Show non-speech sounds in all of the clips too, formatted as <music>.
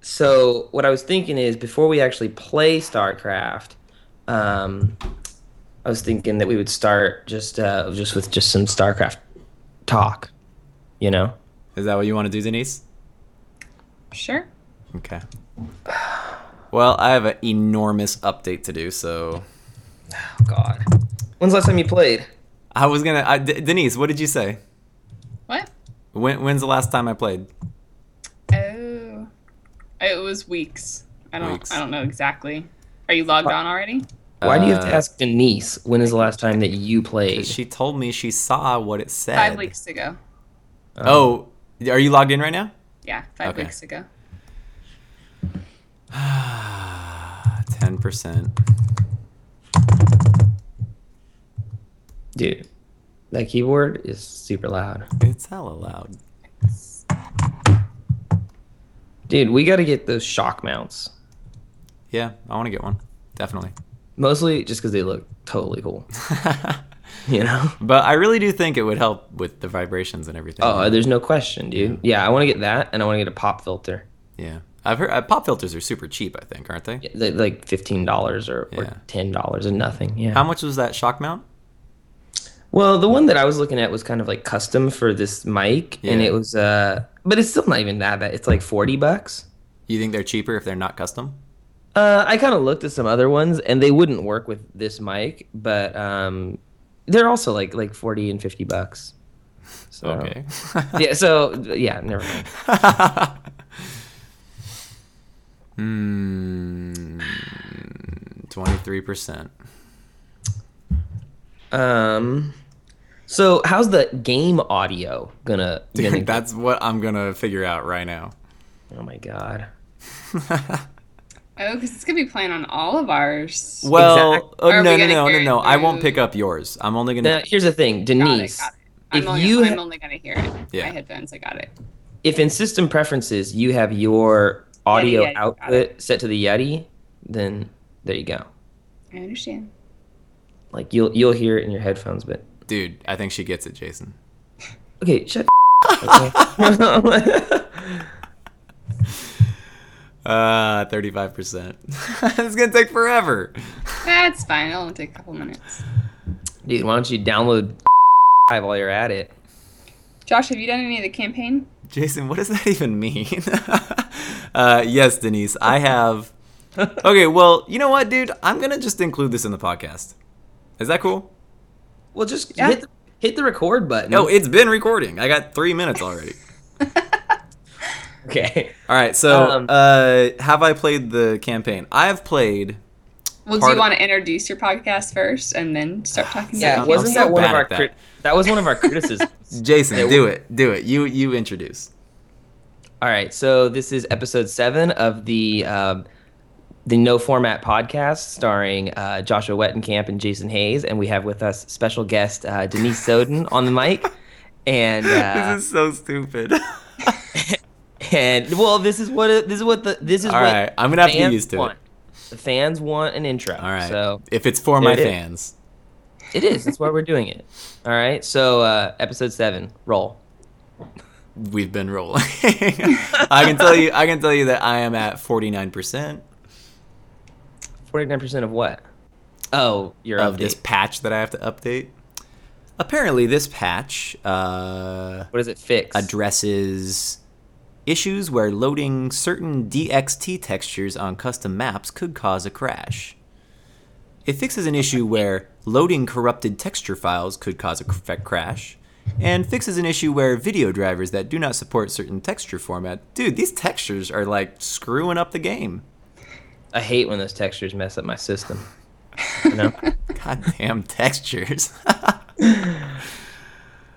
so what I was thinking is before we actually play StarCraft, um, I was thinking that we would start just uh, just with just some StarCraft talk, you know. Is that what you want to do, Denise? Sure. Okay. Well, I have an enormous update to do, so Oh God, when's the last time you played? I was gonna. I, D- Denise, what did you say? What? When, when's the last time I played? Oh, it was weeks. I don't. Weeks. I don't know exactly. Are you logged on already? Why do you have to Uh, ask Denise when is the last time that you played? She told me she saw what it said. Five weeks ago. Oh, are you logged in right now? <sighs> Yeah, five Okay. weeks ago. Ten percent. Dude, that keyboard is super loud. It's hella loud. Dude, we got to get those shock mounts. Yeah, I want to get one. Definitely. <laughs> Mostly just because they look totally cool, <laughs> you know? but I really do think it would help with the vibrations and everything. Oh, there's no question, dude. Yeah, I want to get that and I want to get a pop filter. yeah. I've heard uh, pop filters are super cheap. I think, aren't they? Yeah, they're Like $15 or, Yeah. or $10 and nothing. Yeah. How much was that shock mount? Well, the one that I was looking at was kind of like custom for this mic and Yeah. it was, uh, but it's still not even that bad. It's like 40 bucks. You think they're cheaper if they're not custom? Uh, I kind of looked at some other ones, and they wouldn't work with this mic, but um, they're also like like forty and fifty bucks. So, Okay. yeah. So yeah. Never mind. <laughs> Hmm. Twenty-three percent. Um. So how's the game audio gonna? gonna Dude, <laughs> that's what I'm gonna figure out right now. oh my god. Oh, because it's gonna be playing on all of ours. Well, Exact- oh, Are we no, no, gonna no, no, carry no. I won't through? pick up yours. I'm only gonna. Now here's the thing, Got it, Denise. got it. I'm If only, you I'm ha- only gonna hear it. Yeah. My headphones. I got it. if in system preferences you have your audio Yeti, got output set to the Yeti, then there you go. I understand. Like you'll you'll hear it in your headphones, but Dude, I think she gets it, Jason. okay, shut. <laughs> okay? <laughs> Uh, 35%. <laughs> it's gonna take forever. That's fine. It'll only take a couple minutes. Dude, why don't you download <laughs> while you're at it? <laughs> Josh, have you done any of the campaign? <laughs> Jason, what does that even mean? <laughs> uh, yes, Denise, I have. Okay, well, you know what, dude? I'm gonna just include this in the podcast. Is that cool? Well, just Yeah. hit the, hit the record button. No, it's been recording. I got three minutes <laughs> already. okay. All right, so Um, uh, have I played the campaign? I have played. Well, Part do of- you want to introduce your podcast first and then start talking? Yeah, <laughs> about I'm it? wasn't so that one bad of our at that. crit- that was one of our <laughs> criticisms? Jason, Yeah, do it, do it. You you introduce. All right, so this is episode seven of the um, the No Format podcast, starring uh, Joshua Wettenkamp and Jason Hayes, and we have with us special guest uh, Denise Soden on the mic. And uh, <laughs> <laughs> this is so <laughs> stupid. and well, this is what it- this is what the this is All what right, I'm gonna have to get fans used to it. want. The fans want an intro. All right. so if it's for There my it is. fans, It is. That's why we're doing it. All right. So uh, episode seven, roll. we've been rolling. <laughs> I can tell you. I can tell you that I am at forty nine percent Forty nine percent of what? Oh, your of update. this patch that I have to update. Apparently, this patch uh, What does it fix? addresses issues where loading certain DXT textures on custom maps could cause a crash. It fixes an issue where loading corrupted texture files could cause a cr- crash, and fixes an issue where video drivers that do not support certain texture format. Dude, these textures are like screwing up the game. I hate when those textures mess up my system. You <laughs> know. Goddamn <laughs> textures.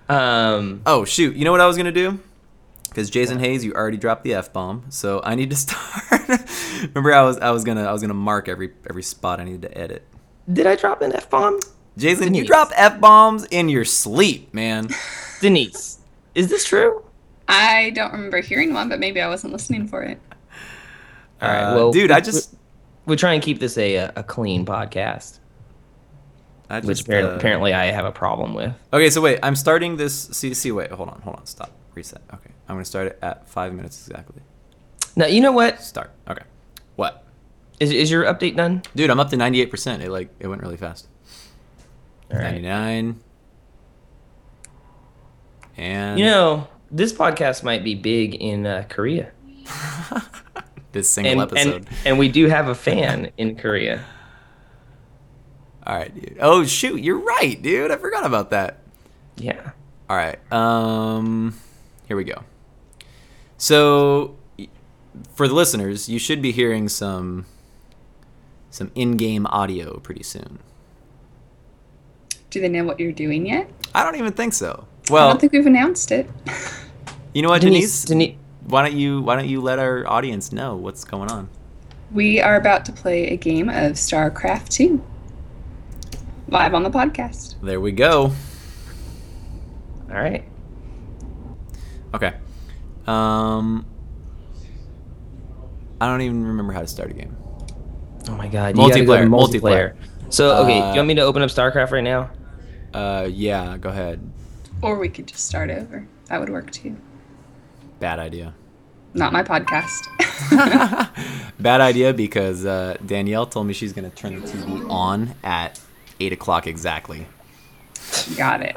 um. Oh shoot! You know what I was gonna do? Because Jason Hayes, you already dropped the f bomb, so I need to <laughs> start. Remember, I was I was gonna I was gonna mark every every spot I needed to edit. Did I drop an f bomb? Jason, you Denise. drop f bombs in your sleep, man. Denise, is this true? I don't remember hearing one, but maybe I wasn't listening for it. All right. Uh, Well, dude, I we- just we, we try and keep this a a clean podcast, I just which apparently, uh, apparently I have a problem with. Okay, so wait, I'm starting this. See, see, wait, hold on, hold on, stop, reset. Okay, I'm gonna start it at five minutes exactly. Now you know what Start. Okay. What? is is your update done? Dude, I'm up to 98%. It like it went really fast. All right. 99. And You know this podcast might be big in uh, Korea, this single and, episode. and and we do have a fan in Korea. All right, dude. Oh shoot, you're right, dude. I forgot about that. Yeah. All right. Um, here we go. So, y- for the listeners, you should be hearing some some in-game audio pretty soon. Do they know what you're doing yet? I don't even think so. I Well, don't think we've announced it. <laughs> you know what, Denise? Denise, Denise, Why don't you Why don't you let our audience know what's going on? We are about to play a game of StarCraft 2 live on the podcast. There we go. all right. Okay. Um, I don't even remember how to start a game. Oh my god. you gotta go to Multiplayer, multiplayer. So okay, do Uh, you want me to open up StarCraft right now? Uh, yeah. Go ahead. Or we could just start over. That would work too. Bad idea. <laughs> Not my podcast. <laughs> Bad idea because uh, Danielle told me she's gonna turn the TV on at eight o'clock exactly. Got it.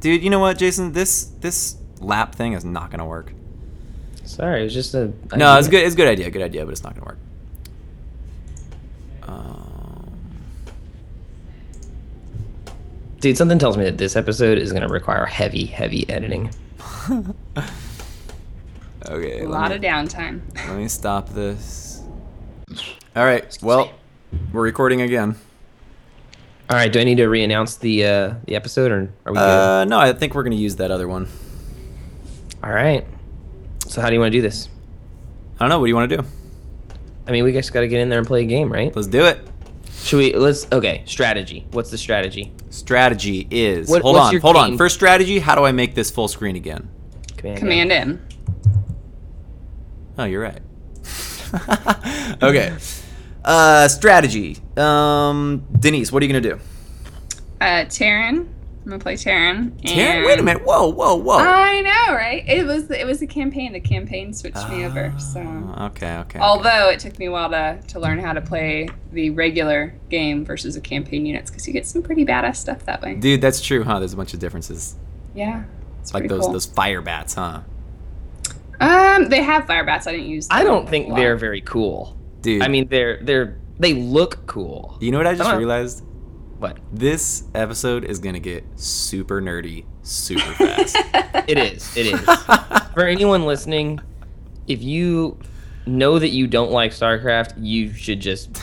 Dude, you know what, Jason? This this lap thing is not gonna work. Sorry, it was just a. No, it's good. It's a good idea. Good idea, but it's not gonna work. Um, Dude, something tells me that this episode is gonna require heavy, heavy editing. okay. A let lot me- of downtime. Let me stop this. All right. Well, we're recording again. All right, do I need to re-announce the uh, the episode, or are we Uh, no, I think we're gonna use that other one. good? All right. So how do you want to do this? I don't know. What do you want to do? I mean, we just got to get in there and play a game, right? Let's do it. Should we? Let's. Okay, strategy. What's the strategy? Strategy is. What- hold what's on. your Hold on. game? First strategy. How do I make this full screen again? Command. Command M. Oh, you're right. <laughs> okay. Uh, strategy. Um, Denise, what are you gonna do? Uh, Taryn. I'm gonna play Taryn. Taryn, and- wait a minute. Whoa, whoa, whoa. I know, right? It was it was a campaign. The campaign switched me over. So, Ah, Okay. Okay. although it took me a while to to learn how to play the regular game versus the campaign units, because you get some pretty badass stuff that way. Dude, that's true, huh? There's a bunch of differences. Yeah. It's Like pretty those cool. those fire bats, huh? Um, they have fire bats. I didn't use. I them don't a think lot. <laughs> they're very cool. Dude. I mean, they're they're they look cool. you know what I just Come on. realized? What? This episode is gonna get super nerdy, super fast. It is. <laughs> <laughs> It is. For anyone listening, if you know that you don't like StarCraft, you should just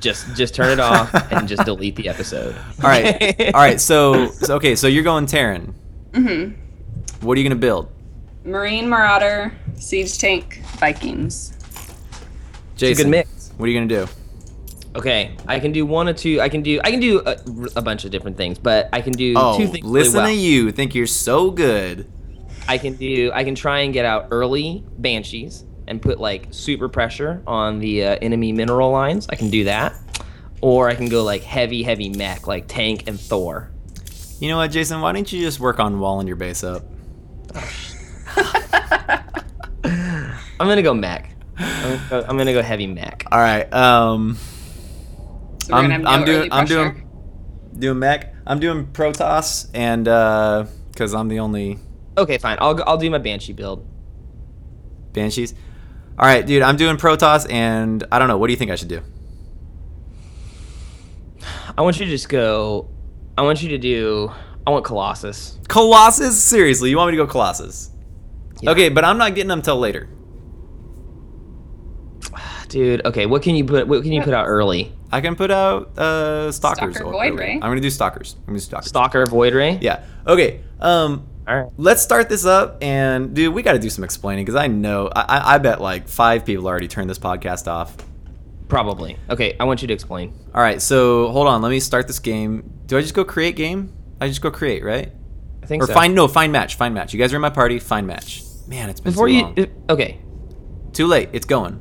just just turn it off and just delete the episode. <laughs> <laughs> All right. All right. So, so- okay. So you're going Terran. Mhm. What are you gonna build, Marine Marauder, Siege Tank, <laughs> Vikings. Jason? It's a good mix. What are you gonna do? Okay, I can do one or two. I can do I can do a, a bunch of different things, but I can do Oh, two things really listen well. to you. Think you're so good. I can do I can try and get out early banshees and put like super pressure on the uh, enemy mineral lines. I can do that. Or I can go like heavy heavy mech like tank and Thor. <laughs> You know what, Jason? Why don't you just work on walling your base up? I'm going to go mech. I'm gonna go, I'm gonna go heavy mech. All right. Um, So we're I'm- gonna have no I'm doing- early I'm doing- pressure. doing mech. I'm doing Protoss, and uh, because I'm the only Okay, fine. I'll go- I'll do my banshee build. banshees. All right, dude. I'm doing Protoss, and I don't know. What do you think I should do? I want you to just go. I want you to do. I want Colossus. Colossus? Seriously, you want me to go Colossus? Yeah. Okay, but I'm not getting them till later. Dude, okay, what can you put? What can you put out early? I can put out uh, stalkers. Stalker or- Void or- Ray. I'm gonna do stalkers. I'm gonna do stalkers. Stalker, Void Ray. yeah. Okay. Um, All right. let's start this up, and dude, we got to do some explaining because I know I, I I bet like five people already turned this podcast off. Probably. Okay, I want you to explain. All right. So hold on. Let me start this game. Do I just go create game? I just go create, right? I think Or so. find no find match. Find match. You guys are in my party. Find match. Man, it's been before too you. long. uh, Okay. Too late. It's going.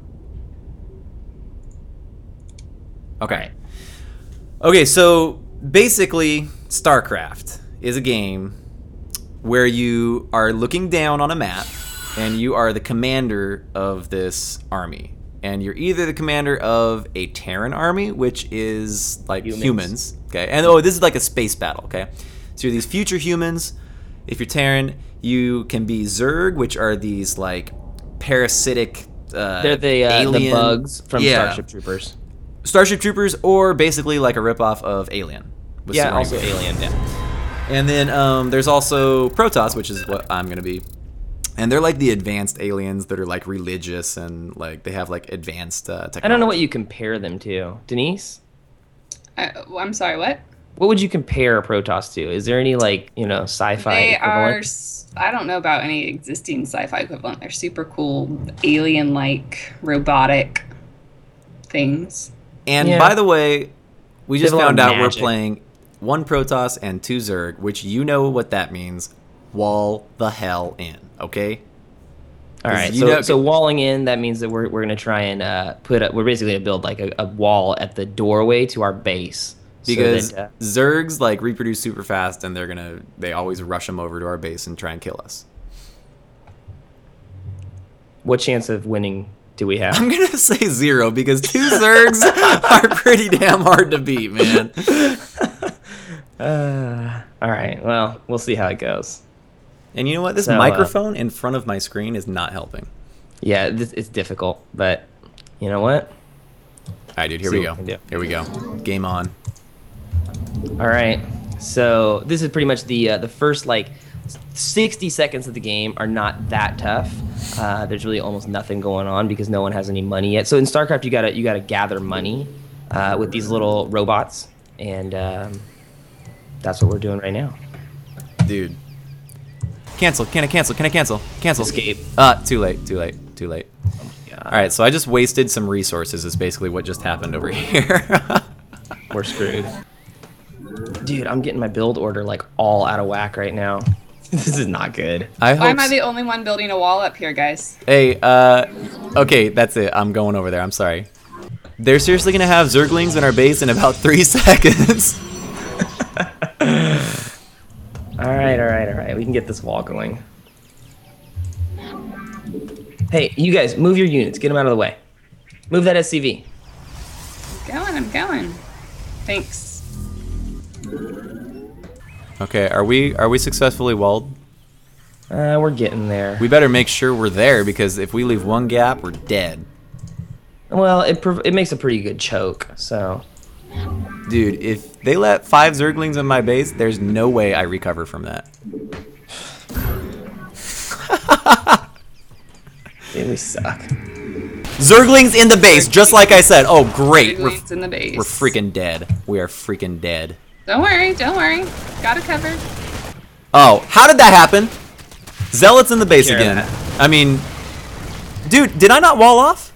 Okay. Alright. Okay, so basically, StarCraft is a game where you are looking down on a map and you are the commander of this army. And you're either the commander of a Terran army, which is like humans. Humans. okay? And oh, this is like a space battle, okay? So you're these future humans. If you're Terran, you can be Zerg, which are these like parasitic. Uh, They're the, uh, the alien- bugs from Yeah. Starship Troopers. Starship Troopers, or basically like a ripoff of Alien. with Yeah, Sigourney also Weaver. Alien. Yeah. And then um, there's also Protoss, which is what I'm gonna be. And they're like the advanced aliens that are like religious and like they have like advanced uh, technology. I don't know what you compare them to, Denise. I, Uh, oh, I'm sorry, what? What would you compare Protoss to? Is there any like you know sci-fi? They are. equivalent? s- I don't know about any existing sci-fi equivalent. They're super cool, alien-like, robotic things. And Yeah. by the way, we have just a lot found of out we're magic. playing one Protoss and two Zerg, which you know what that means. Wall the hell in, okay? All right. you So, know- so walling in that means that we're we're gonna try and uh, put a, we're basically gonna build like a, a wall at the doorway to our base so Because that, uh, Zergs like reproduce super fast and they're gonna they always rush them over to our base and try and kill us. what chance of winning do we have? I'm gonna say zero because two Zergs are pretty damn hard to beat, man. Uh, all right. Well, we'll see how it goes. And you know what? This So, uh, microphone in front of my screen is not helping. Yeah, this, it's difficult, but you know what? All right, dude. Here See we go. what we can do. Here we go. Game on. All right. So this is pretty much the uh, the first like 60 seconds of the game are not that tough. Uh, there's really almost nothing going on because no one has any money yet. So in StarCraft, you gotta you gotta gather money uh, with these little robots, and um, that's what we're doing right now. Dude. Cancel. Can I cancel? Can I cancel? Cancel. Escape. Uh, too late. Too late. Too late. All Yeah, right, so I just wasted some resources. Is basically what just happened over <laughs> here. we're screwed. Dude, I'm getting my build order like all out of whack right now. <laughs> this is not good. I hope. Why am I s- the only one building a wall up here, guys? Hey, uh, okay, that's it. I'm going over there. I'm sorry. They're seriously gonna have Zerglings in our base in about three <laughs> seconds. All right, all right, all right. We can get this wall going. Hey, you guys, move your units. Get them out of the way. Move that SCV. Going, I'm going. Thanks. Okay, are we are we successfully walled? Uh, we're getting there. We better make sure we're there because if we leave one gap, we're dead. well, it prov- it makes a pretty good choke. So Dude, if they let five Zerglings in my base, there's no way I recover from that. dude, we <laughs> suck. Zerglings in the base, just like I said. Oh, great. We're, It's in the base. we're freaking dead. We are freaking dead. Don't worry, don't worry. Got it covered. Oh, how did that happen? Zealots in the base Care again. that. I mean, dude, did I not wall off?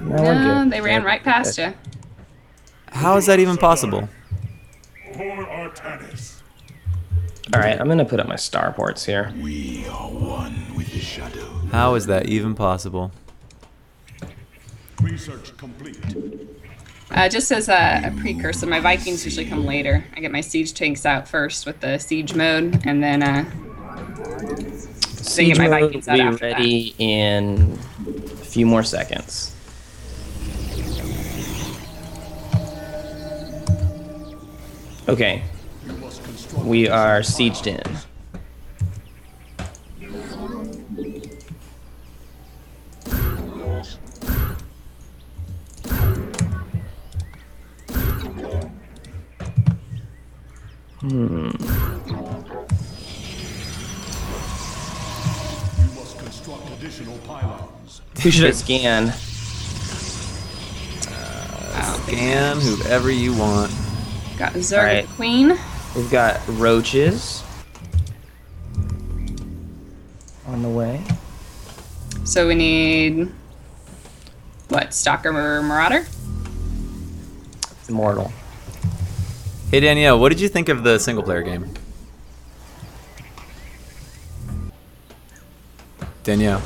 No, No, they ran right past you. How is that even possible? For Artanis. All right, I'm gonna put up my starports here. We are one with the shadow. How is that even possible? Research complete. Uh, just as a, a precursor, my Vikings usually come later. I get my siege tanks out first with the siege mode, and then uh, they get Siege my mode will Vikings out be after that. ready in a few more seconds. Okay, You must construct we are sieged in. you must construct additional pylons. Who should I scan? Scan whoever you want. oh, Got Zerg Alright. Queen. We've got roaches on the way. So we need what? Stalker Mar- Marauder. Immortal. Hey Danielle, what did you think of the single player game? Danielle.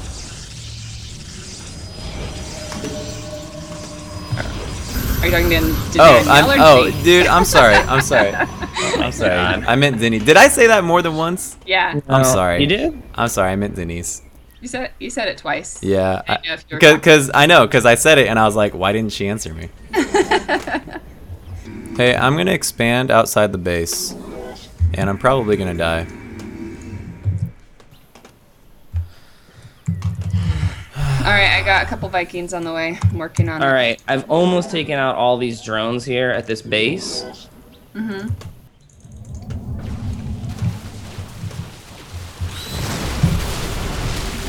Are you talking to, to Oh, Danielle I'm, or oh, me? dude, I'm sorry. I'm <laughs> sorry. I'm sorry. I meant Denise. Did I say that more than once? Yeah. I'm sorry. You did? I'm sorry. I meant Denise. You said you said it twice. Yeah, I didn't know if you were because I, know because I said it and I was like, why didn't she answer <laughs> me? hey, I'm gonna expand outside the base, and I'm probably gonna die. All right, I got a couple Vikings on the way. I'm working on. it. All right, I've almost taken out all these drones here at this base.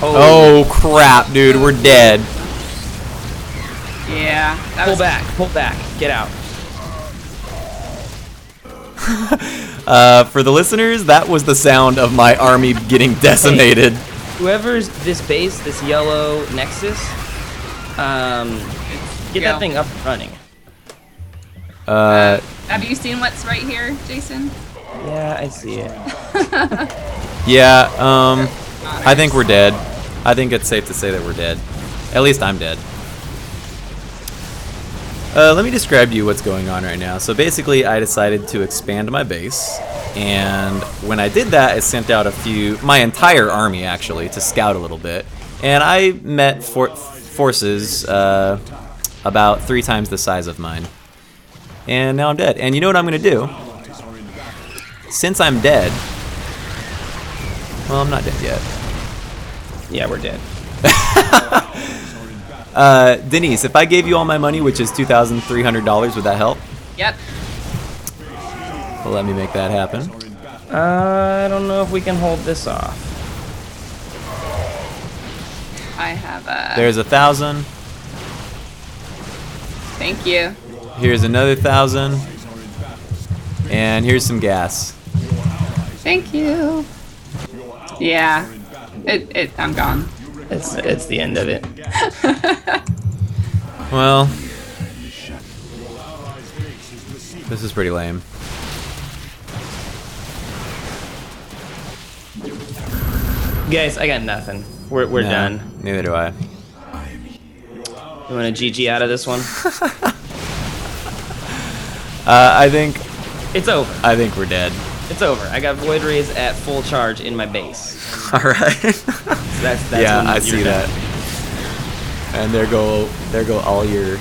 Oh, Oh crap, dude, we're dead. Yeah. That pull was back, pull back, get out. Uh, for the listeners, that was the sound of my army getting decimated. Whoever's this base, this yellow nexus, um, get Yeah. that thing up and running. Uh, Have you seen what's right here, Jason? Yeah, I see it. yeah, um, I think we're dead. I think it's safe to say that we're dead. At least I'm dead. Uh, let me describe to you what's going on right now. So basically, I decided to expand my base, and when I did that, I sent out a few, my entire army actually, to scout a little bit, and I met for- forces uh, about three times the size of mine. And now I'm dead. And you know what I'm gonna do? Since I'm dead, well, I'm not dead yet. Yeah, we're dead. <laughs> Uh, Denise, if I gave you all my money, which is two thousand three hundred dollars, would that help? Yep. Well, let me make that happen. Uh, I don't know if we can hold this off. I have uh, a. There's a thousand. Thank you. Here's another thousand. And here's some gas. Thank you. Yeah. It, it, I'm gone. It's it's the end of it. Well, this is pretty lame. Guys, I got nothing. We're we're No, done. Neither do I. You want to GG out of <laughs> this one? Uh, I think it's over. I think we're dead. It's over. I got void rays at full charge in my base. All right. So that's that's yeah, when I you're see done. that. And there go there go all your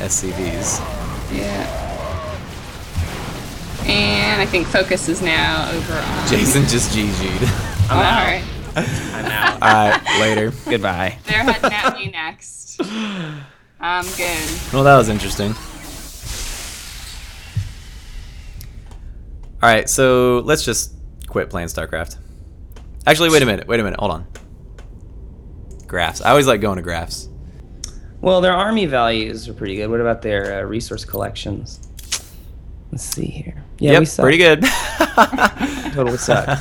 SCVs. Yeah. And I think focus is now over <laughs> on. Jason just GG'd. I'm All out. right. I'm out. <laughs> all right, later. Goodbye. <laughs> There had Natalie next. I'm good. Well, that was interesting. All right, so let's just quit playing StarCraft. Actually, wait a minute. Wait a minute. Hold on. Graphs. I always like going to graphs. Well, their army values are pretty good. What about their uh, resource collections? Let's see here. Yeah, yep, we suck. pretty good. <laughs> Totally <laughs> suck.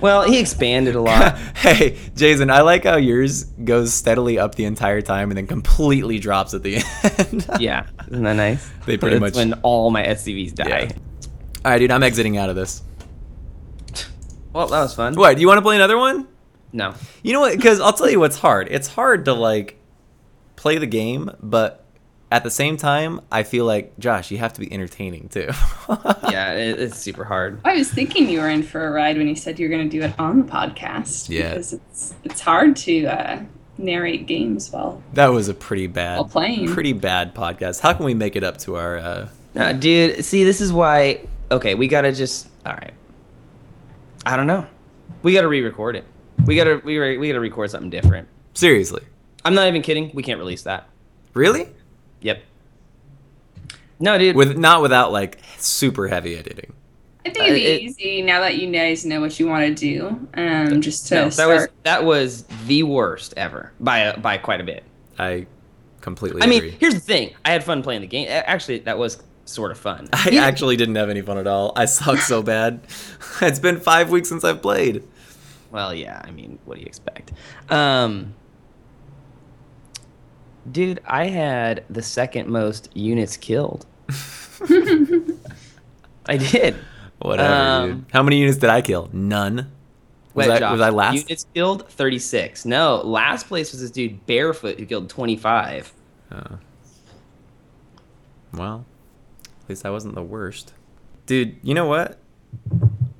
Well, he expanded a lot. hey, Jason, I like how yours goes steadily up the entire time and then completely drops at the <laughs> end. yeah, isn't that nice? They pretty That's much- when all my SCVs die. Yeah. All right, dude, I'm exiting out of this. Well, that was fun. What? Do you want to play another one? No. You know what? Because I'll tell you what's hard. It's hard to like play the game, but at the same time, I feel like Josh, you have to be entertaining too. <laughs> Yeah, it, it's super hard. I was thinking you were in for a ride when you said you were going to do it on the podcast. Yeah. Because it's, it's hard to uh, narrate games while That was a pretty bad, Well, playing. pretty bad podcast. How can we make it up to our? Uh... No, dude, see, this is why. Okay, we gotta just. All right. I don't know. We gotta re-record it. We gotta we re- we gotta record something different. Seriously, I'm not even kidding. We can't release that. really? Yep. No, dude. With not without like super heavy editing. I think it'd be Uh, it- easy now that you guys know what you want to do. Um, just to no, that start. was that was the worst ever by a, by quite a bit. I completely. I mean, agree. here's the thing. I had fun playing the game. A- Actually, that was sort of fun. I actually didn't have any fun at all. I suck <laughs> so bad. it's been five weeks since I've played. Well, yeah. I mean, what do you expect? Um, dude, I had the second most units killed. I did. Whatever. Um, dude. How many units did I kill? None. <laughs> Was Wait, I, Josh, was I last? Units killed 36. No, last place was this dude barefoot who killed 25. Uh, well, at least I wasn't the worst. Dude, you know what?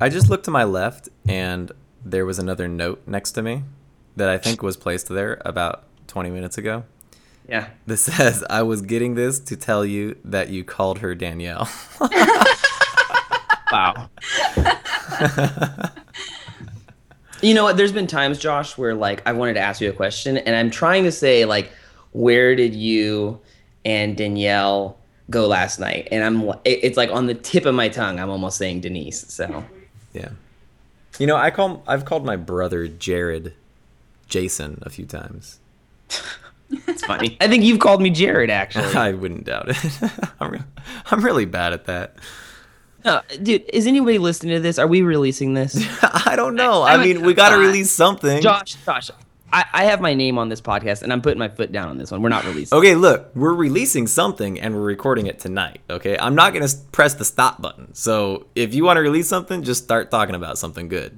I just looked to my left and there was another note next to me. that I think was placed there about 20 minutes ago. Yeah. This <laughs> says, I was getting this to tell you that you called her Danielle. <laughs> Wow. <laughs> you know what? There's been times, Josh, where like I wanted to ask you a question, and I'm trying to say like, where did you and Danielle go last night? And I'm it- it's like on the tip of my tongue. I'm almost saying Denise. So yeah. You know, I call I've called my brother Jared Jason a few times. <laughs> it's funny. <laughs> I think you've called me Jared actually. I wouldn't doubt it. <laughs> I'm, re- I'm really bad at that. <laughs> <laughs> No, dude, is anybody listening to this? Are we releasing <laughs> this? I don't know. I I, would- mean, we got to uh, release something. Josh, Josh, I, I have my name on this podcast, and I'm putting my foot down on this one. We're not releasing. Okay, look, we're releasing something and we're recording it tonight. Okay, I'm not gonna s- press the stop button. So if you want to release something, just start talking about something good.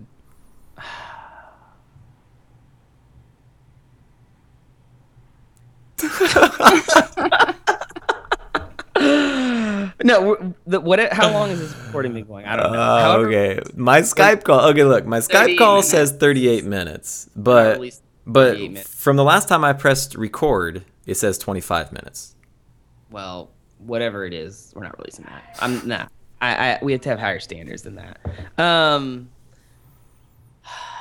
No, we're, the, what? How long has this recording been going? I don't know. Uh, However- okay, my Skype call. Okay, look, my Skype 38 call minutes. says 38 minutes, I but released but 38 minutes. from the last time I pressed record, it says 25 minutes. well, whatever it is, we're not releasing that. I'm nah. I, I we have to have higher standards than that. Um,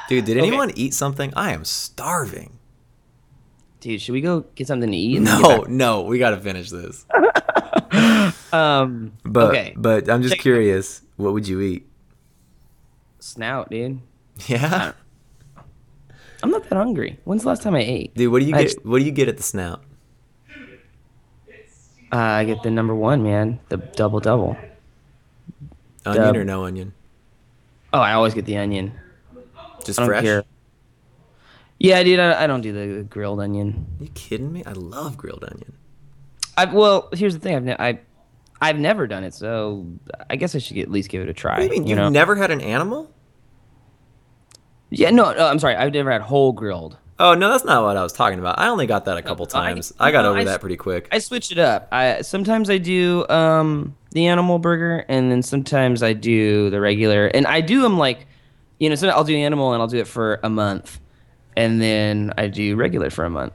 Dude, did Okay. anyone eat something? I am starving. dude, should we go get something to eat? and then No, get no, we gotta finish this. back? <laughs> Um, But Okay. but I'm just Check- curious, what would you eat? snout, dude. Uh, Yeah, I'm not that hungry. When's the last time I ate? dude, what do you I get? What do you get at the snout? Uh, I get the number one, man. The double double. Onion Dub. or no onion? Oh, I always get the onion. Just I don't fresh? care. Yeah, dude, I, I don't do the grilled onion. you kidding me? I love grilled onion. I well, here's the thing. I've ne- I, I've never done it, so I guess I should at least give it a try. What do you mean? you You've know? never had an animal? yeah, no, no, I'm sorry. I've never had whole grilled. Oh no, that's not what I was talking about. I only got that a couple no, I- times. I, got no, over I that s- pretty quick. I switch it up. I sometimes I do um the animal burger, and then sometimes I do the regular. And I do them like, you know, so I'll do animal and I'll do it for a month, and then I do regular for a month.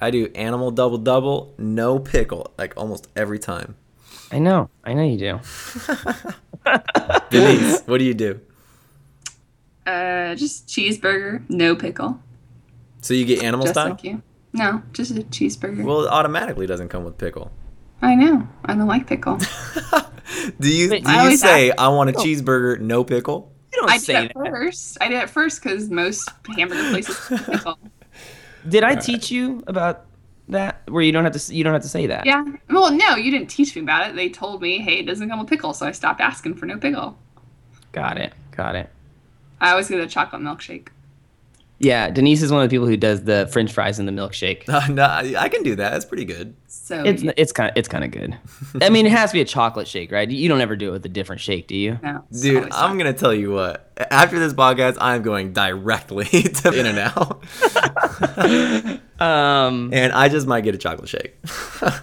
I do animal double double, no pickle, like almost every <laughs> time. I know, I know you do. Denise, what do you do? Uh, just cheeseburger, no pickle, So you get animal just style? like you. No, just a cheeseburger. Well, it automatically doesn't come with pickle. I know. I don't <laughs> like pickle. Do you Wait, do I you always say I want a cheeseburger, no pickle? <laughs> You don't I did say it that. first. I did it first because most <laughs> hamburger places have pickle. Did I teach you about that? Where you don't have to s- you don't have to say that. Yeah. Well, no, you didn't teach me about it. They told me, hey, it doesn't come with pickle, so I stopped asking for no pickle. Got it. Got it. I always get a chocolate milkshake. Yeah, Denise is one of the people who does the French fries and the <laughs> milkshake. no, I I can do that. That's pretty good. So It's you it's kind of it's kind of good. I mean, it has to be a chocolate shake, right? You don't ever do it with a different shake, do you? know, it's Dude, always I'm chocolate. gonna tell you what. After this podcast, I'm going directly <laughs> <laughs> to In and Out, <laughs> Um, and I just might get a chocolate shake. <laughs> are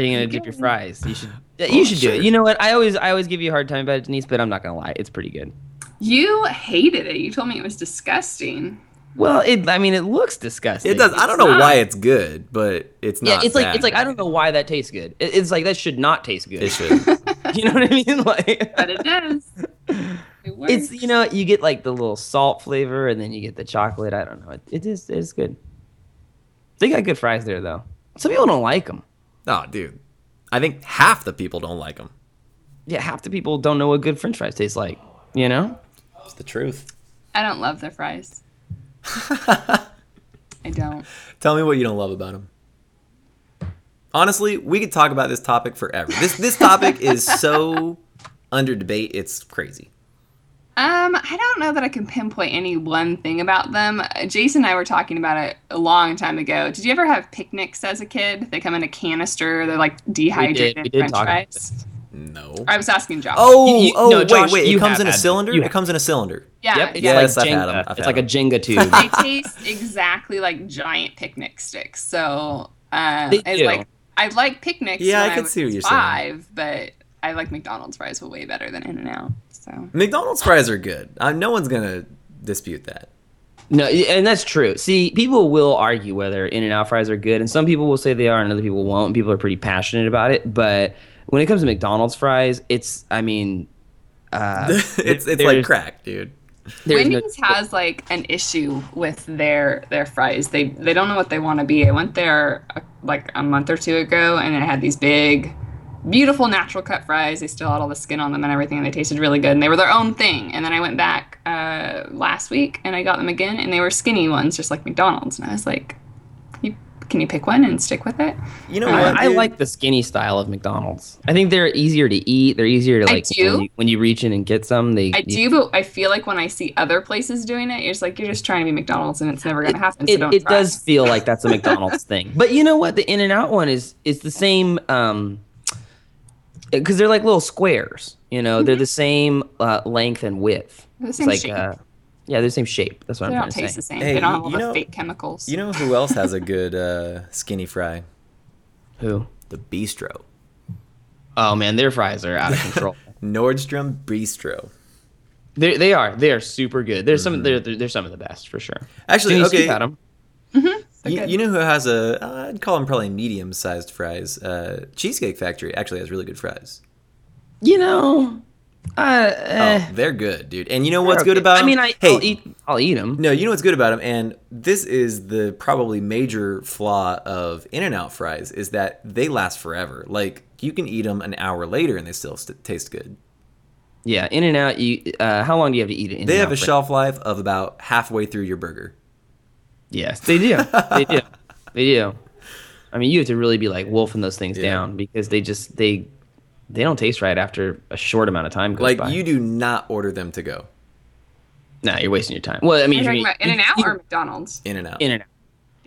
you gonna dip your fries? You should yeah, Oh, you should do it. You know what? I always I always give you a hard time about it, Denise, but I'm not gonna lie, it's pretty good. You hated it. You told me it was disgusting. <laughs> Well, it I mean, it looks disgusting. It does. I don't know why it's good, but it's Yeah, not. it's like bad. it's like I don't know why that tastes good. It- It's like that should not taste good. It should. <laughs> <laughs> you know what I mean? <laughs> Like But it <laughs> does. It works. It's you know you get like the little salt flavor and then you get the chocolate. I don't know. It, it is it's good. They got good fries there though. Some people don't like them. oh, dude. I think half the people don't like them. Yeah, half the people don't know what good French fries taste like. You know? It's the truth. I don't love <laughs> their fries. I don't. Tell me what you don't love about them. Honestly, we could talk about this topic forever. This this topic is so <laughs> under debate. It's crazy. Um, I don't know that I can pinpoint any one thing about them. Uh, Jason and I were talking about it a long time ago. Did you ever have picnics as a kid? They come in a canister. They're like dehydrated we did French talk about fries. No. I was asking Josh. Oh, You- you- oh, no, wait, Josh, wait. you It comes have in a had them. cylinder. You It have- comes in a cylinder. yeah, Yep. It's yeah. Yes, like I've had 'em. Jenga. I've It's had like a <laughs> Jenga tube. they taste exactly like giant picnic sticks. So uh, They it's do. like I like picnics. Yeah, when I can was see what you're saying. five, saying. But I like McDonald's fries way better than In and Out. So McDonald's fries are good. Uh, no one's gonna dispute that. No, y- and that's true. See, people will argue whether in and out fries are good, and some people will say they are, and other people won't. And people are pretty passionate about it. But when it comes to McDonald's fries, it's I mean, uh, <laughs> it's it's like there's- crack, dude. there's no- Wendy's has like an issue with their their fries. They they don't know what they want to be. I went there uh, like a month or two ago, and it had these big, beautiful natural cut fries. They still had all the skin on them and everything, and they tasted really good. And they were their own thing. And then I went back uh, last week, and I got them again, and they were skinny ones, just like McDonald's. And I was like, you, can you pick one and stick with it? You know Uh, what? I dude? like the skinny style of McDonald's. I think they're easier to eat. They're easier to I like do. When, you, when you reach in and get some. They I you- do, but I feel like when I see other places doing it, it's like you're just trying to be McDonald's, and it's never going to happen. so It, don't it try. does feel like that's a <laughs> McDonald's thing. But you know what? The In and Out one is is the same um because they're like little squares. You know, they're the same uh, length and width. They're Mm-hmm. the It's same like shape. uh, yeah, they're the same shape. That's what They I'm don't trying to taste say. the same. Hey, they you- don't have all you the know- fake chemicals. You know who else has a good uh, skinny fry? Who? The Bistro. Oh man, their fries are <laughs> out of control. Nordstrom Bistro. they they are. They are super good. They're some. They're, they're they're some of the best for sure. Actually, Denise, okay. you've had 'em. You, good. you know who has a? Uh, I'd call them probably medium-sized fries. Uh, Cheesecake Factory actually has really good fries. You know, uh, eh. Oh, they're good, dude. And you know what's good Okay. about? I 'em? mean, I, hey, I'll eat. I'll eat them. No, you know what's good about them, and this is the probably major flaw of In-N-Out fries is that they last forever. Like you can eat them an hour later and they still st- taste good. Yeah, In and Out. You. Uh, how long do you have to eat it? They have a shelf life of about halfway through your burger. Yes, they do. they do. They do. I mean, you have to really be like wolfing those things Yeah. down because they just they they don't taste right after a short amount of time goes Like by. you do not order them to go nah, you're wasting your time. Well, I mean, You're if talking you- about In and Out or McDonald's? In-N-Out. In and Out.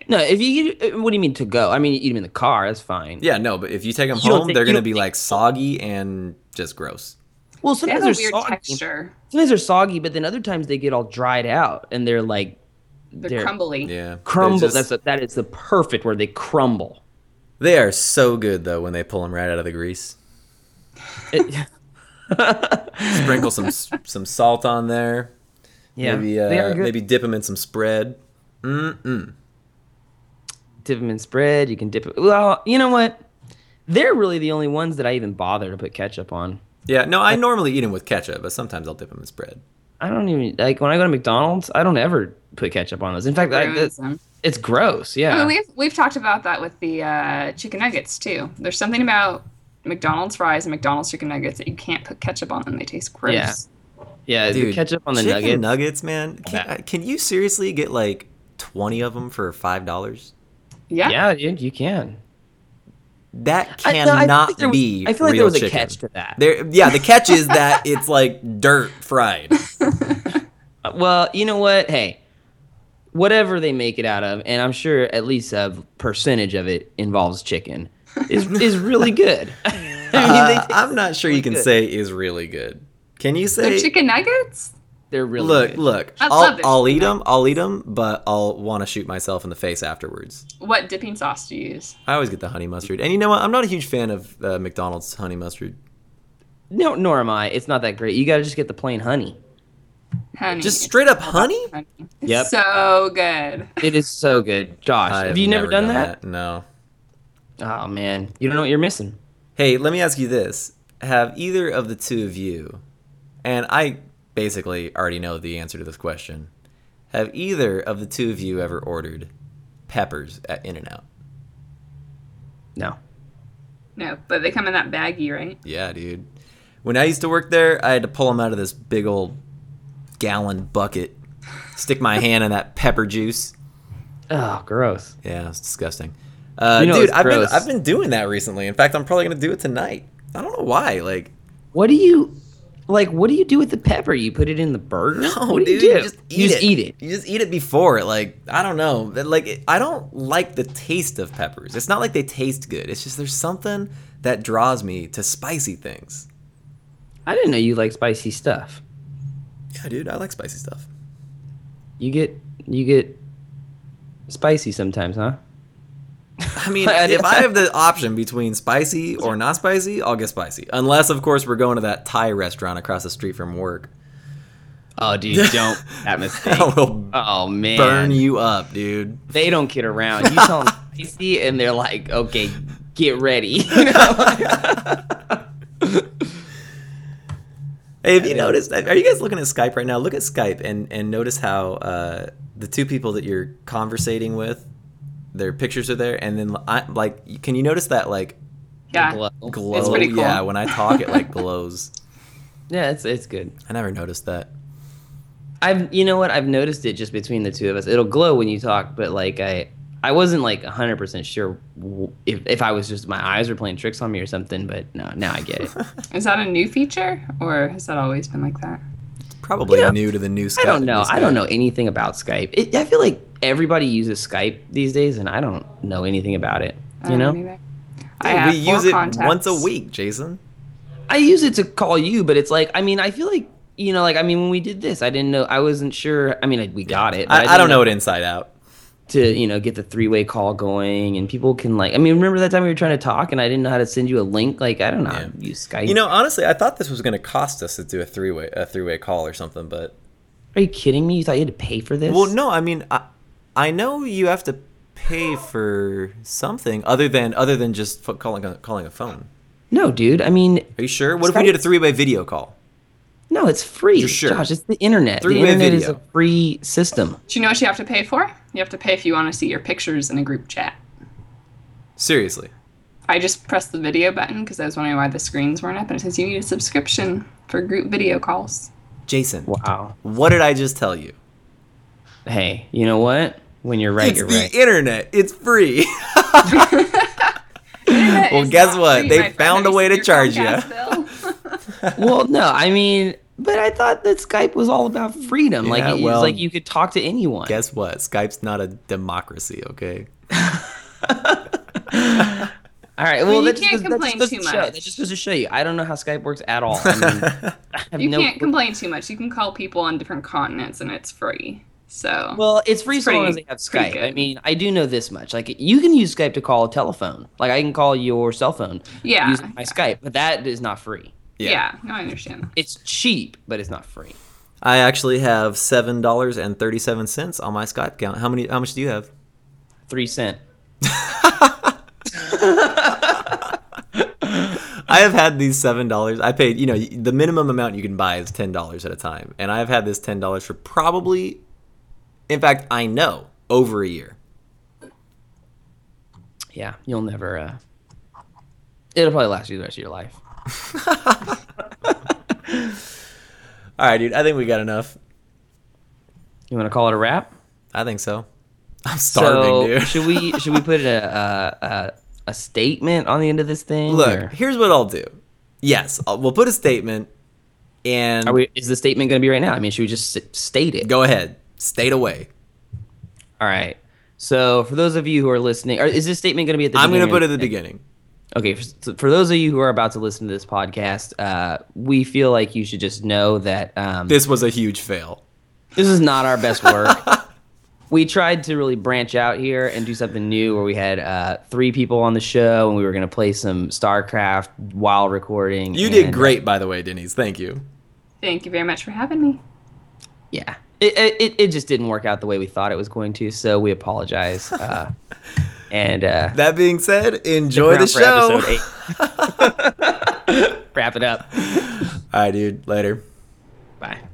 No, if you uh, what do you mean to go? I mean, you eat them in the car. That's fine. yeah, no, but if you take them You don't home, think- they're you gonna don't be think- like soggy and just gross. Well, They have sometimes a they're weird soggy. texture. Sometimes they're soggy, but then other times they get all dried out and they're like They're, They're- crumbly. Yeah, they're crumble. just- That's a, that is the perfect word. They <laughs> crumble. they are so good though when they pull them right out of the grease. It- <laughs> Sprinkle some s- <laughs> some salt on there. yeah, Maybe they are uh, good. maybe dip them in some spread. dip them in spread. You can dip it. Well, you know what? They're really the only ones that I even bother to put ketchup on. Yeah, no, I normally eat them with ketchup, but sometimes I'll dip them in spread. I don't even like when I go to McDonald's. I don't ever put ketchup on those. In fact, I, Ruins that, them. it's gross. I mean, Yeah, we've we've talked about that with the uh, chicken nuggets too. There's something about McDonald's fries and McDonald's chicken nuggets that you can't put ketchup on them. They taste gross. Yeah. yeah. the ketchup on the chicken nugget. nuggets, man. Can, uh, Yeah. can you seriously get like twenty of them for five dollars? Yeah. yeah, dude, you can. That I- no, I feel cannot like there was- be. I feel like real there was a chicken. catch to that. There, yeah, the catch is that it's like dirt fried. Uh, Well, you know what? Hey, whatever they make it out of, and I'm sure at least a percentage of it involves chicken, is is really good. <laughs> <laughs> I mean, they Uh, taste- I'm not sure you can good. say is really good. Can you They're say? chicken nuggets. they're really look, good. look. I love I'll, their I'll chicken eat them. I'll eat them, but I'll want to shoot myself in the face afterwards. What dipping sauce do you use? I always get the honey mustard, and you know what? I'm not a huge fan of uh, McDonald's honey mustard. No, nor am I. It's not that great. You got to just get the plain honey. Honey. Just straight up honey? Honey. It's Yep. So good. It is so good, Josh. I've have you never, done, that? No. Oh man, you don't know what you're missing. Hey, let me ask you this. Have either of the two of you, and I basically already know the answer to this question, have either of the two of you ever ordered peppers at In N Out? No. No, but they come in that baggie, right? Yeah, dude. When I used to work there, I had to pull them out of this big old gallon bucket, <laughs> stick my hand in that pepper juice. Oh, gross. Yeah, it's disgusting. Uh, You know dude, it's I've been gross. I've been doing that recently. In fact, I'm probably gonna do it tonight. I don't know why. Like, What do you like? What do you do with the pepper? You put it in the burger? <laughs> what No, do Oh, dude, you do? just eat You it. You just eat it before. Like I don't know. That, Like it- I don't like the taste of peppers. It's not like they taste good. It's just there's something that draws me to spicy things. I didn't know you like spicy stuff. Yeah, dude, I like spicy stuff. You get you get spicy sometimes, huh? I mean, if I <laughs> have the option between spicy or not <laughs> spicy, I'll get spicy. Unless, of course, we're going to that Thai restaurant across the street from work. Oh, dude, <laughs> don't that mistake. I will Oh man, burn you up, dude. They don't kid around. You tell them <laughs> spicy, and they're like, okay, get ready. <laughs> You know? Hey, have you noticed? Are you guys looking at Skype right now? Look at Skype and and notice how uh, the two people that you're conversating with, their pictures are there, and then I, like, can you notice that like Yeah. glow? pretty cool. Yeah, when I talk, it like glows. yeah, it's it's good. I never noticed that. I've you know what I've noticed it just between the two of us. It'll glow when you talk, but like I I wasn't like 100% sure w- if if I was just my eyes were playing tricks on me or something, but no, now I get it. Is that a new feature or has that always been like that? <laughs> Probably You know, new to the new Skype. I don't know. new I don't Skype. know anything about Skype. It, I feel like everybody uses Skype these days and I don't know anything about it, I you don't know? either. I Dude, have we four use it contacts. once a week, Jason. I use it to call you, but it's like I mean, I feel like you know, like I mean, when we did this, I didn't know. I wasn't sure. I mean, I, we got it. but I, I didn't Hmm. don't know it inside out. to you know get the three way call going, and people can like. I mean, remember that time we were trying to talk, and I didn't know how to send you a link. Like, I don't know. how to Use Skype. You know, honestly, I thought this was going to cost us to do a three way a three way call or something, but are you kidding me? You thought you had to pay for this? well, no, I mean, I, I know you have to pay for something other than other than just f- calling a, calling a phone. no, dude. I mean, Are you sure? What if we did a three way video call? no, it's free. You're sure? Josh, it's the internet. Three-way the internet is a video. free system. Do you know what you have to pay for? You have to pay if you want to see your pictures in a group chat. Seriously, I just pressed the video button because I was wondering why the screens weren't up, and it says you need a subscription for group <laughs> video calls. Jason, Wow. what did I just tell you? Hey, you know what? When you're right, it's you're the right. internet. <laughs> It's free. well, guess what? They found a way to charge ya. <laughs> well, no, I mean, but I thought that Skype was all about freedom. like, Yeah, it was well, like you could talk to anyone. Guess what? Skype's not a democracy. Okay. <laughs> All right. Well, Well, you that just can't goes- that just complain goes too to show- That much. just goes to show you, I don't know how Skype works at all. I, <laughs> mean, I have You no. can't complain too much. You can call people on different continents, and it's free. So Well, it's free so long as they pretty- have pretty Skype. I good. mean, I do know this much. Like, you can use Skype to call a telephone. Like, I can call your cell phone Yeah. using my Skype, but that is not free. yeah. no, I understand. It's cheap, but it's not free. I actually have seven dollars and thirty-seven cents on my Skype account. How many? How much do you have? Three cent. I have had these seven dollars. I paid, you know, the minimum amount you can buy is ten dollars at a time, and I've had this ten dollars for probably, in fact, I know over a year. Yeah, you'll never. Uh, it'll probably last you the rest of your life. All right, dude. I think we got enough. You want to call it a wrap? I think so. <laughs> I'm starving, so dude. should we should we put a a, a a statement on the end of this thing? <laughs> Look, or- here's what I'll do. Yes, I'll, we'll put a statement, and Are we, is the statement going to be right now? I mean, should we just s- state it? go ahead. Stayed away. All right. So, for those of you who are listening, or is this statement going to be at the I'm beginning? gonna put it at or the beginning. Okay, for, for those of you who are about to listen to this podcast, uh, we feel like you should just know that um, This was a huge fail. this is not our best <laughs> work. we tried to really branch out here and do something new where we had uh, three people on the show and we were going to play some StarCraft while recording. You did and- uh, great, by the way, Denise. Thank you. Thank you very much for having me. Yeah. It, it, it- it just didn't work out the way we thought it was going to, so we apologize. <laughs> Uh, and uh, That being said, enjoy the Stick around show. for All <laughs> episode eight. <laughs> Wrap it up. right, dude. Later. Bye.